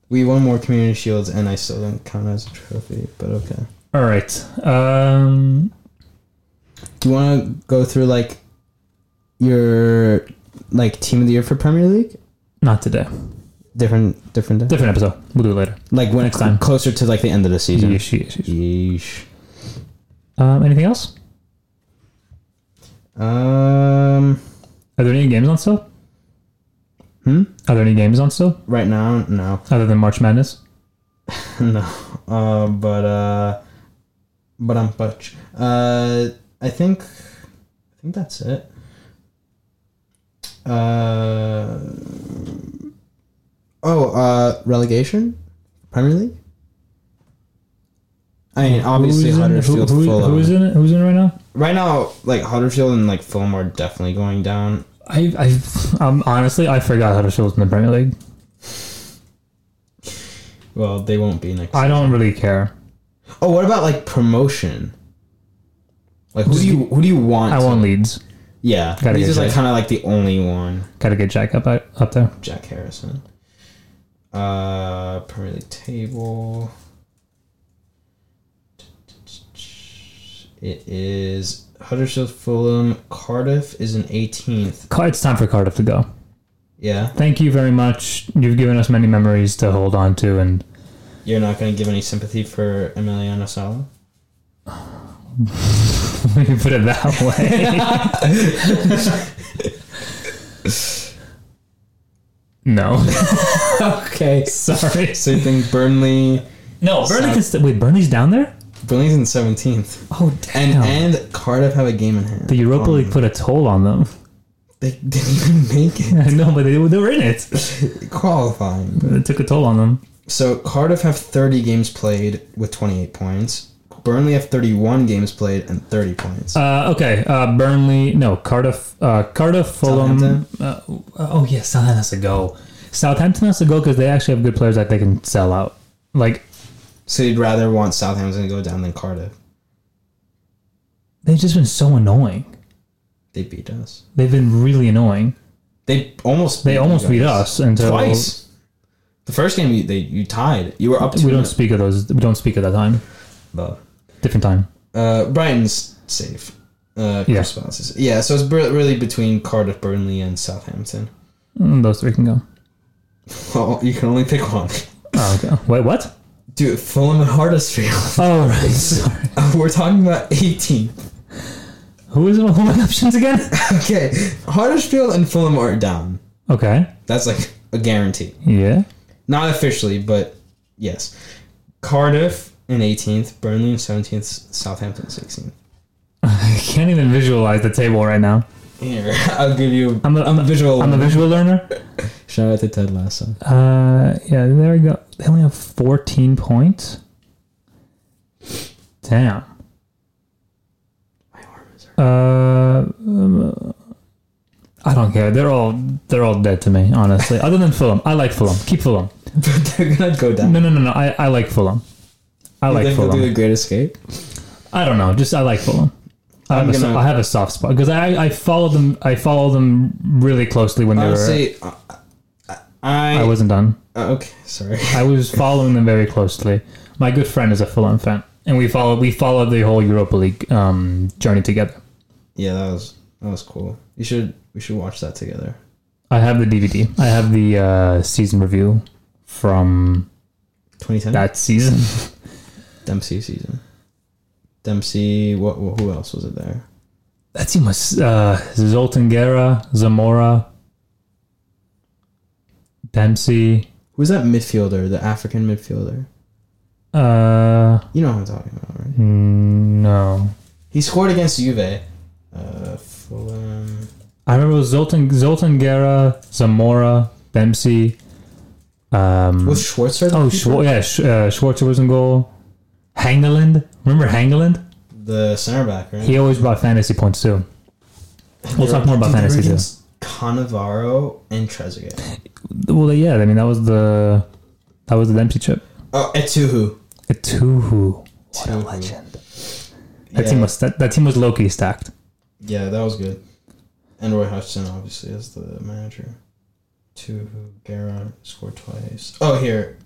We won more Community Shields, and I still don't count as a trophy. But okay.
All right. Um,
Do you want to go through like your like team of the year for Premier League?
not today.
Different, different day.
Different episode. We'll do it later.
like when
Next
it's
time.
closer to like the end of the season.
Yeesh, yeesh, yeesh.
Yeesh.
Um, anything else?
Um,
Are there any games on still?
hmm?
Are there any games on still
Right now, no,
other than March Madness?
no. Uh, but uh, but I'm butch. Uh, I think, I think that's it. Uh, oh, uh, relegation, Premier League. I mean, obviously
who's in, who,
Huddersfield,
who-
Fulham.
who's in it? Who's in it right now?
right now, like Huddersfield and like Fulham are definitely going down.
I, I, um, honestly, I forgot Huddersfield was in the Premier League.
Well, they won't be next.
I don't really care.
Oh, what about like promotion? Like who do you who do you want?
I
to-
want Leeds.
Yeah,
Gotta
he's
get
just like
Jack.
kind of like the only one.
Gotta get Jack up out- up there.
Jack Harrison. Uh, Premier League table. It is Huddersfield, Fulham, Cardiff is in 18th.
Car- It's time for Cardiff to go.
Yeah,
Thank you very much. You've given us many memories to hold on to, and
you're not gonna give any sympathy for Emiliano Sala.
when you put it that way. no,
Okay,
sorry.
so you think Burnley?
No, Burnley can st- wait. Burnley's down there.
Burnley's in 17th,
Oh
and
damn!
and Cardiff have a game in hand.
the Europa
Um,
League put a toll on them.
They didn't even make it
I know, but they, they were in it.
qualifying.
It took a toll on them.
So Cardiff have 30 games played with 28 points. Burnley have 31 games played and 30 points.
Uh, okay, uh, Burnley. No, Cardiff. Uh, Cardiff, Fulham. Uh, oh yeah, Southampton has to go. Southampton has to go because they actually have good players that they can sell out. Like
so you'd rather want Southampton to go down than Cardiff.
they've just been so annoying.
They beat us.
They've been really annoying.
They almost
They
beat
almost
you
beat
guys.
us until
twice. The first game you, they you tied. You were up to
We don't speak of those. We don't speak of that time. Different time.
Uh, Brighton's safe. Uh,
Yeah.
Chris Wallace is- yeah. So it's br- really between Cardiff, Burnley, and Southampton.
Mm, Those three can go.
Well, you can only pick one.
Oh, okay. Wait, what?
Dude, Fulham and Huddersfield.
Oh, right. Sorry.
We're talking about 18.
Who is who are my options again?
Okay, Huddersfield and Fulham are down.
Okay.
That's like a guarantee.
Yeah.
Not officially, but yes. Cardiff in 18th, Burnley in 17th, Southampton 16th.
I can't even visualize the table right now.
Here, I'll give you
I'm a- I'm a-
visual.
I'm a visual learner.
Shout out to Ted Lasso.
Uh, yeah, there we go. They only have 14 points. Damn.
My arm is hurt.
Uh, um, I don't care. They're all they're all dead to me, honestly. Other than Fulham, I like Fulham. Keep Fulham.
But they're gonna go down.
No, no, no, no. I, I like Fulham. I
You
like
think they'll do
Fulham.
the Great Escape.
I don't know. Just I like Fulham. I have,
I'm
a so-
gonna-
I have a soft spot because I, I followed them I followed them really closely when they were
Honestly, I, I,
I wasn't done
uh, okay. Sorry.
I was following them very closely. My good friend is a Fulham fan, and we followed we followed the whole Europa League um, journey together.
Yeah, that was that was cool. You should we should watch that together.
I have the DVD. I have the uh, season review from
2010
that season.
Dempsey season. Dempsey. What, what? Who else was it there?
That team was uh, Zoltan Guerra, Zamora, Dempsey.
Who's that midfielder? The African midfielder.
Uh,
You know what I'm talking about, right?
no,
He scored against Juve. Uh, Fulham.
I remember it was Zoltan Zoltan Guerra, Zamora, Dempsey. Um,
Was Schwarzer? the
Oh,
keeper?
Schwar- yeah, Sch- uh, Schwarzer was in goal. Hangeland, remember Hangeland?
the center back, right?
He always brought fantasy points too. We'll talk more about
Dude, they were
fantasy too.
against Cannavaro and Trezeguet.
Well, yeah, I mean that was the that was the Dempsey chip.
Oh, Etuhu.
Etuhu, what a
Etuhu.
legend! That
Yeah.
team was that, that team was Loki stacked.
Yeah, that was good. And Roy Hodgson, obviously, is the manager. Two who Guerra scored twice. Oh, here.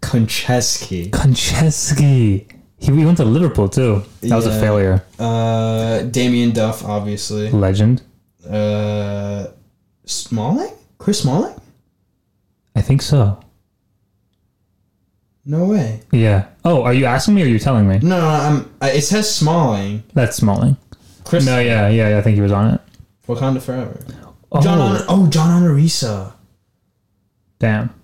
Konchesky.
Konchesky, he we went to Liverpool too. That was a
Yeah.
failure.
Uh, Damien Duff, obviously.
Legend,
Uh, Smalling? Chris Smalling?
I think so.
No way.
Yeah. Oh, are you asking me or are you telling me?
No, no, I'm. I, it says Smalling.
That's Smalling.
Chris.
No, yeah, yeah, yeah. I think he was on it.
Wakanda Forever.
Oh,
John. Honor, oh, John Honorisa.
damn.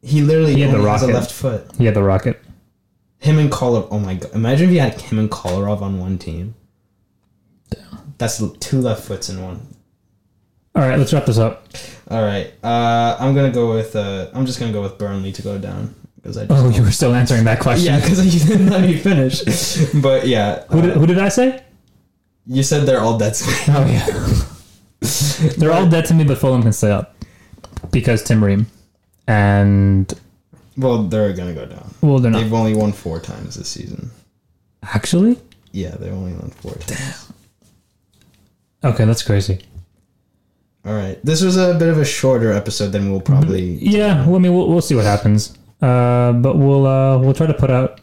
He literally
He had the
only has a
rocket.
left foot.
He had the rocket.
Him and Kolarov. Oh my god! Imagine if you had him and Kolarov on one team. That's l- two left foots in one.
All right, let's wrap this up.
All right. Uh, I'm gonna go with. Uh, I'm just gonna go with Burnley to go down because I. Just,
Oh, you were still answering that question.
Yeah, because you didn't let me finish. but yeah,
Who did,
uh,
who did I say?
you said they're all dead. space.
Oh yeah. They're all dead to me, but Fulham can stay up because Tim Ream, and
well, they're gonna go down.
well, they're not
They've only won four times this season.
actually.
Yeah, they only won four times.
Okay, that's crazy.
All right. This was a bit of a shorter episode than we'll probably.
Yeah, well, I mean, we'll, we'll see what happens, uh, but we'll uh, we'll try to put out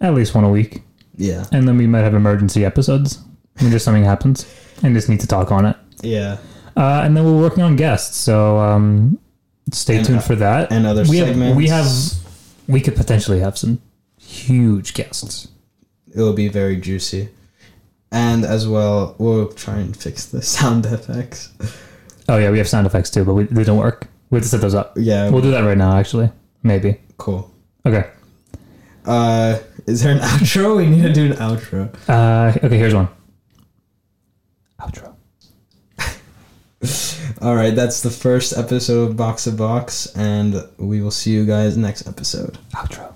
at least one a week,
Yeah.
and then we might have emergency episodes when just something happens and just need to talk on it.
Yeah.
Uh, and then we're working on guests, so um, stay
And,
tuned
uh,
for that.
And other
we
segments.
Have, we have we could potentially have some huge guests.
it'll be very juicy. And as well, we'll try and fix the sound effects.
Oh yeah, we have sound effects too, but we, they don't work. We have to set those up.
Yeah,
We'll do that right now, actually. Maybe.
cool.
Okay.
Uh, is there an outro? We need to do an outro.
Uh, okay. Here's one. Outro.
All right, that's the first episode of Box of Box, and we will see you guys next episode.
Outro.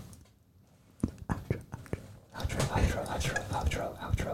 Outro. Outro. Outro. Outro. Outro. Outro. Outro.